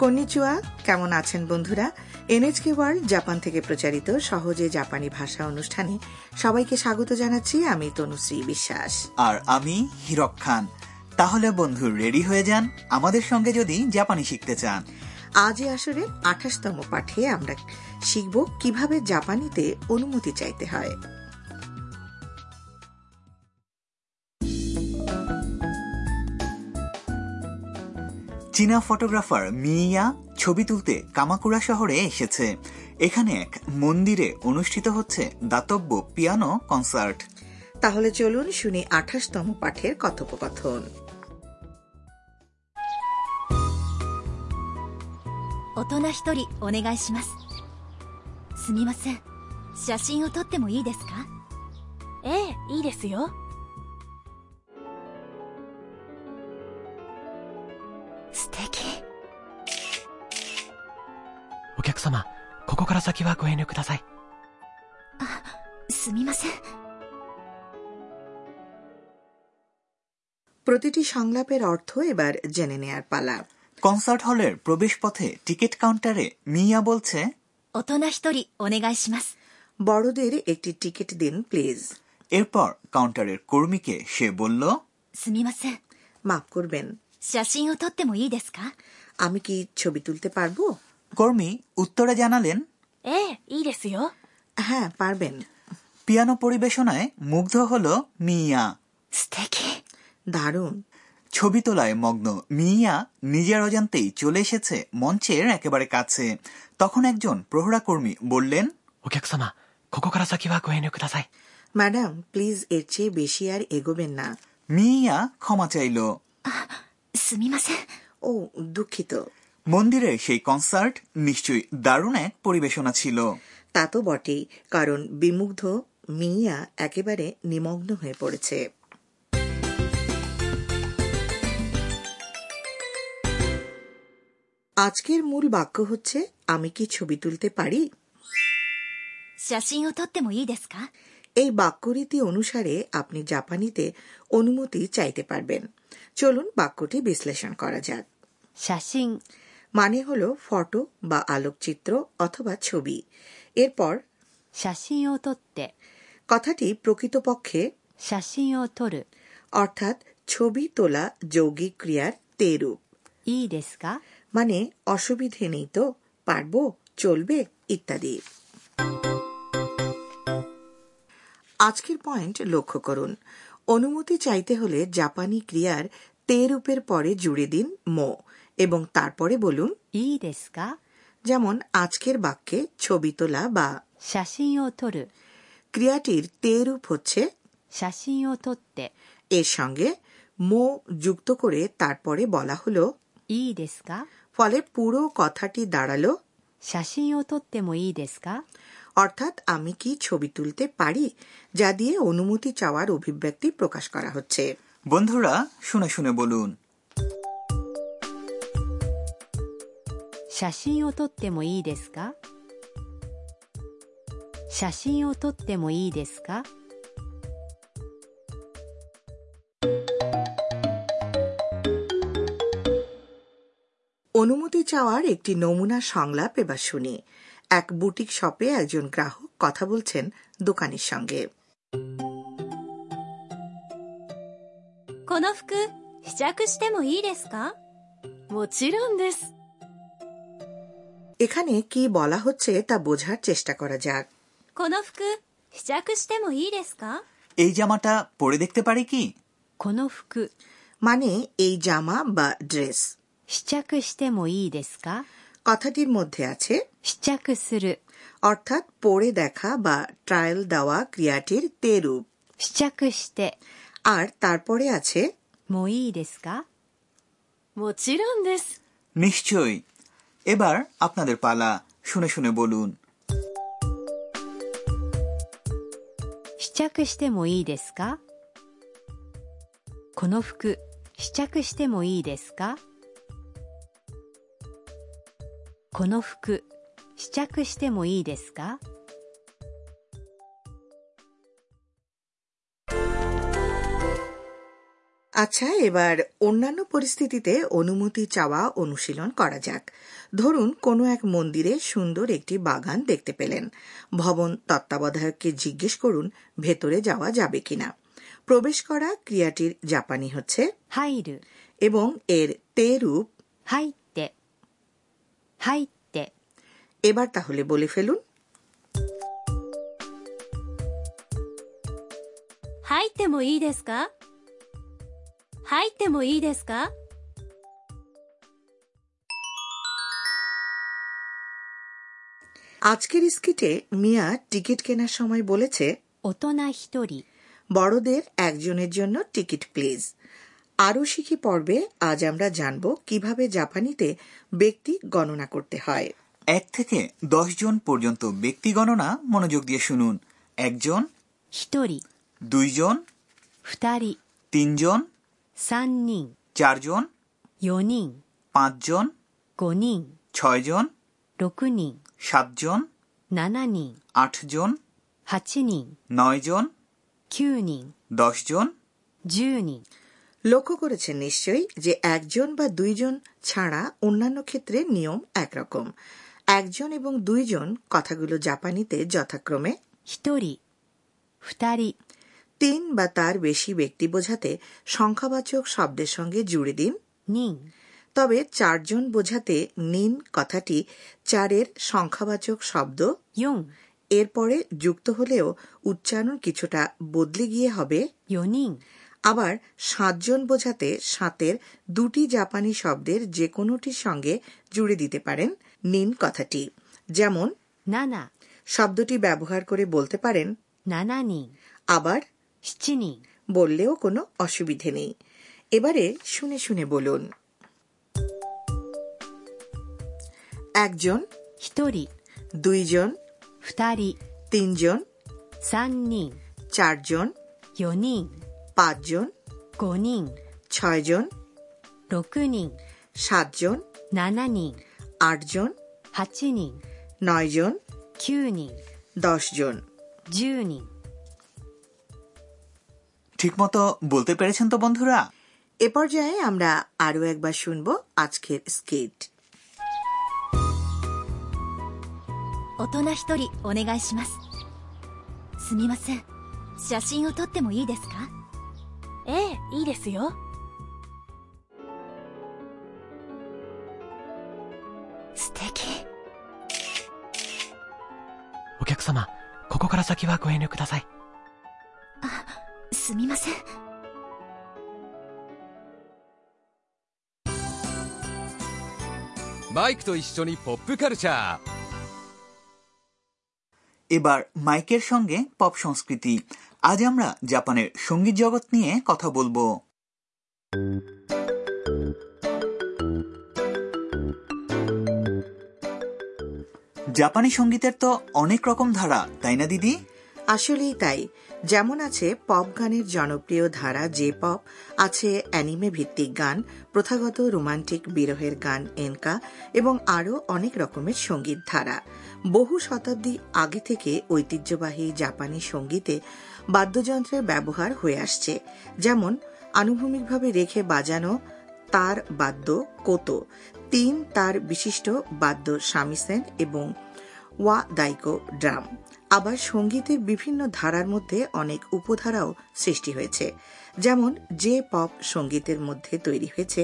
কন্নিচুয়া কেমন আছেন বন্ধুরা এনএচকে ওয়ার্ল্ড জাপান থেকে প্রচারিত সহজে জাপানি ভাষা অনুষ্ঠানে সবাইকে স্বাগত জানাচ্ছি আমি তনুশ্রী বিশ্বাস আর আমি হিরক খান তাহলে বন্ধু রেডি হয়ে যান আমাদের সঙ্গে যদি জাপানি শিখতে চান আজ এ আসরের আঠাশতম পাঠে আমরা শিখব কিভাবে জাপানিতে অনুমতি চাইতে হয় চীনা ফটোগ্রাফার মিয়া ছবি তুলতে কামাকুরা শহরে এসেছে এখানে এক মন্দিরে অনুষ্ঠিত হচ্ছে দাতব্য পিয়ানো কনসার্ট তাহলে চলুন শুনি আঠাশতম পাঠের কথোপকথন 大人一人お願いしますすみません写真を撮ってもいいですかええいいですよ素敵お客様、ここから先はご遠慮ください。すみません প্রতিটি সংলাপের অর্থ এবার জেনে নেয়ার পালা কনসার্ট হলের প্রবেশপথে টিকিট কাউন্টারে মিয়া বলছে 大人一人お願いします বড়দের একটি টিকিট দিন প্লিজ এরপর কাউন্টারের কর্মীকে সে বলল すみません মাফ করবেন 写真を撮ってもいいですか আমি কি ছবি তুলতে পারবো কর্মী উত্তরে জানালেন ええいいですよ হ্যাঁ পারবেন পিয়ানো পরিবেশনায় মুগ্ধ হল মিয়া 素敵 দারুণ ছবি তোলায় মগ্ন মিয়া নিজের অজান্তেই চলে এসেছে মঞ্চের একেবারে কাছে তখন একজন প্রহরা কর্মী বললেন お客様、ここから先はご遠慮ください。 ম্যাডাম প্লিজ এর চেয়ে বেশি আর এগোবেন না মিয়া ক্ষমা চাইল すみません ও দুঃখিত মন্দিরের সেই কনসার্ট নিশ্চয়ই দারুণ এক পরিবেশনা ছিল তা তো বটেই কারণ বিমুগ্ধ মিয়া একেবারে নিমগ্ন হয়ে পড়েছে আজকের মূল বাক্য হচ্ছে আমি কি ছবি তুলতে পারি 写真を撮ってもいいですか এই বাক্যরীতি অনুসারে আপনি জাপানিতে অনুমতি চাইতে পারবেন চলুন বাক্যটি বিশ্লেষণ করা যাক 写真 মানে হল ফটো বা আলোকচিত্র অথবা ছবি এরপর 写真を撮って কথাটি প্রকৃতপক্ষে 写真を撮る অর্থাৎ ছবি তোলা যৌগিক ক্রিয়ার তেরূপ いいですか মানে অসুবিধে নেই তো পারবো চলবে ইত্যাদি আজকের পয়েন্ট লক্ষ্য করুন অনুমতি চাইতে হলে জাপানি ক্রিয়ার তে রূপের পরে জুড়ে দিন মো এবং তারপরে বলুন いいですか যেমন আজকের বাক্যে ছবি তোলা বা 写真を撮る ক্রিয়াটির তে রূপ হচ্ছে 写真を撮って এর সঙ্গে মো যুক্ত করে তারপরে বলা হলো いいですか ফলে পুরো কথাটি দাঁড়ালো 写真を撮ってもいいですか অর্থাৎ আমি কি ছবি তুলতে পারি যা দিয়ে অনুমতি চাওয়ার অভিব্যক্তি প্রকাশ করা হচ্ছে বন্ধুরা শুনে শুনে বলুন 写真を撮ってもいいですか写真を撮ってもいいですか অনুমতি চাওয়ার একটি নমুনা সংলাপ এবার শুনি এক বুটিক শপে একজন গ্রাহক কথা বলছেন দোকানের সঙ্গে この服試着してもいいですかもちろんです এখানে কি বলা হচ্ছে তা বোঝার চেষ্টা করা যাক この服試着してもいいですか এই জামাটা পরে দেখতে পারি কি この服 মানে এই জামা বা ড্রেস 試着してもいいですか কথাটির মধ্যে আছে 試着する অর্থাৎ পড়ে দেখা বা ট্রায়াল দেওয়া ক্রিয়াটির তে রূপ 試着して আর তারপরে আছে もいいですかもちろんです নিশ্চয়ই এবার আপনাদের পালা শুনে শুনে বলুন 試着してもいいですかこの服試着してもいいですかこの服試着してもいいですか আচ্ছা এবার অন্যান্য পরিস্থিতিতে অনুমতি চাওয়া অনুশীলন করা যাক ধরুন কোনো এক মন্দিরে সুন্দর একটি বাগান দেখতে পেলেন ভবন তত্ত্বাবধায়ককে জিজ্ঞেস করুন ভেতরে যাওয়া যাবে কিনা প্রবেশ করা ক্রিয়াটির জাপানি হচ্ছে 入る এবং এর তে রূপ 入って入って এবার তাহলে বলে ফেলুন 入ってもいいですか入ってもいいですか আজকের স্কিটে মিয়া টিকিট কেনার সময় বলেছে 大人一人 বড়দের একজনের জন্য টিকিট প্লিজ আরও শিখি পর্বে আজ আমরা জানব কিভাবে জাপানিতে ব্যক্তি গণনা করতে হয় এক থেকে দশ জন পর্যন্ত ব্যক্তি গণনা মনোযোগ দিয়ে শুনুন একজন 一人 দুইজন 二人 তিনজন 三人 চারজন 四人 পাঁচজন 五人 ছয়জন 六人 সাতজন 七人 আটজন 八人 নয়জন 九人 দশজন 十人 লক্ষ্য করেছেন নিশ্চয়ই যে একজন বা দুইজন ছাড়া অন্যান্য ক্ষেত্রে নিয়ম একরকম একজন এবং দুইজন কথাগুলো জাপানিতে যথাক্রমে 一人二人 তিন বা তার বেশি ব্যক্তি বোঝাতে সংখ্যাবাচক শব্দের সঙ্গে জুড়ে দিন 人 তবে চারজন বোঝাতে নিন কথাটি চারের সংখ্যাবাচক শব্দ 四 এরপরে যুক্ত হলেও উচ্চারণ কিছুটা বদলে গিয়ে হবে 四人 আবার সাতজন বোঝাতে সাতের দুটি জাপানি শব্দের যে কোনোটির সঙ্গে জুড়ে দিতে পারেন নিন কথাটি যেমন 七 শব্দটি ব্যবহার করে বলতে পারেন 七人 আবার 七人 বললেও কোনো অসুবিধে নেই এবারে শুনে শুনে বলুন একজন 一人 দুইজন 二人 তিনজন 三人 চারজন 四人 পাঁচজন 5人 ছয়জন 6人 সাতজন 7人 আটজন 8人 নয়জন 9人 দশজন 10人 ঠিকমতো বলতে পেরেছেন তো বন্ধুরা এ পর্যায়ে আমরা আরও একবার শুনব আজকের স্কিট 大人一人お願いしますすみません写真を撮ってもいいですかええいいですよ素敵お客様、ここから先はご遠慮ください。すみませんマイクと一緒にポップカルチャー এবার মাইকের সঙ্গে পপ সংস্কৃতি আজ আমরা জাপানের সঙ্গীত জগৎ নিয়ে কথা বলবো জাপানি সঙ্গীতের তো অনেক রকম ধারা তাই না দিদি আসলেই তাই যেমন আছে পপ গানের জনপ্রিয় ধারা জে পপ আছে অ্যানিমে ভিত্তিক গান প্রথাগত রোমান্টিক বিরহের গান এনকা এবং আরও অনেক রকমের সঙ্গীত ধারা বহু শতাব্দী আগে থেকে ঐতিহ্যবাহী জাপানি সঙ্গীতে বাদ্যযন্ত্রের ব্যবহার হয়ে আসছে যেমন আনুভূমিকভাবে রেখে বাজানো তার বাদ্য কোতো তিন তার বিশিষ্ট বাদ্য সামিসেন এবং ওয়া দাইকো ড্রাম আবার সঙ্গীতের বিভিন্ন ধারার মধ্যে অনেক উপধারাও সৃষ্টি হয়েছে যেমন জে পপ সঙ্গীতের মধ্যে তৈরি হয়েছে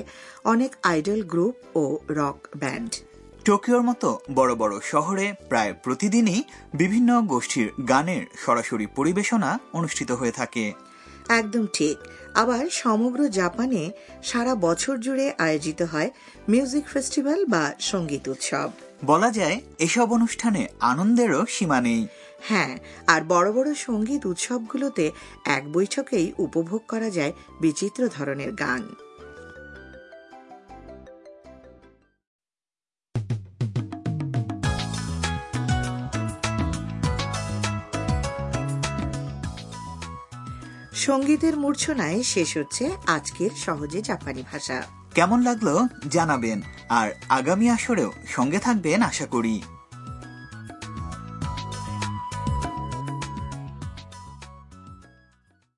অনেক আইডল গ্রুপ ও রক ব্যান্ড টোকিওর মতো বড় বড় শহরে প্রায় প্রতিদিনই বিভিন্ন গোষ্ঠীর গানের সরাসরি পরিবেশনা অনুষ্ঠিত হয়ে থাকে একদম ঠিক আবার সমগ্র জাপানে সারা বছর জুড়ে আয়োজিত হয় মিউজিক ফেস্টিভ্যাল বা সঙ্গীত উৎসব বলা যায় এসব অনুষ্ঠানে আনন্দেরও সীমা নেই হ্যাঁ আর বড় বড় সঙ্গীত উৎসবগুলোতে এক বৈঠকেই উপভোগ করা যায় বিচিত্র ধরনের গান সঙ্গীতের মূর্ছনায় শেষ হচ্ছে আজকের সহজে জাপানি ভাষা কেমন লাগলো জানাবেন আর আগামী আসরেও সঙ্গে থাকবেন আশা করি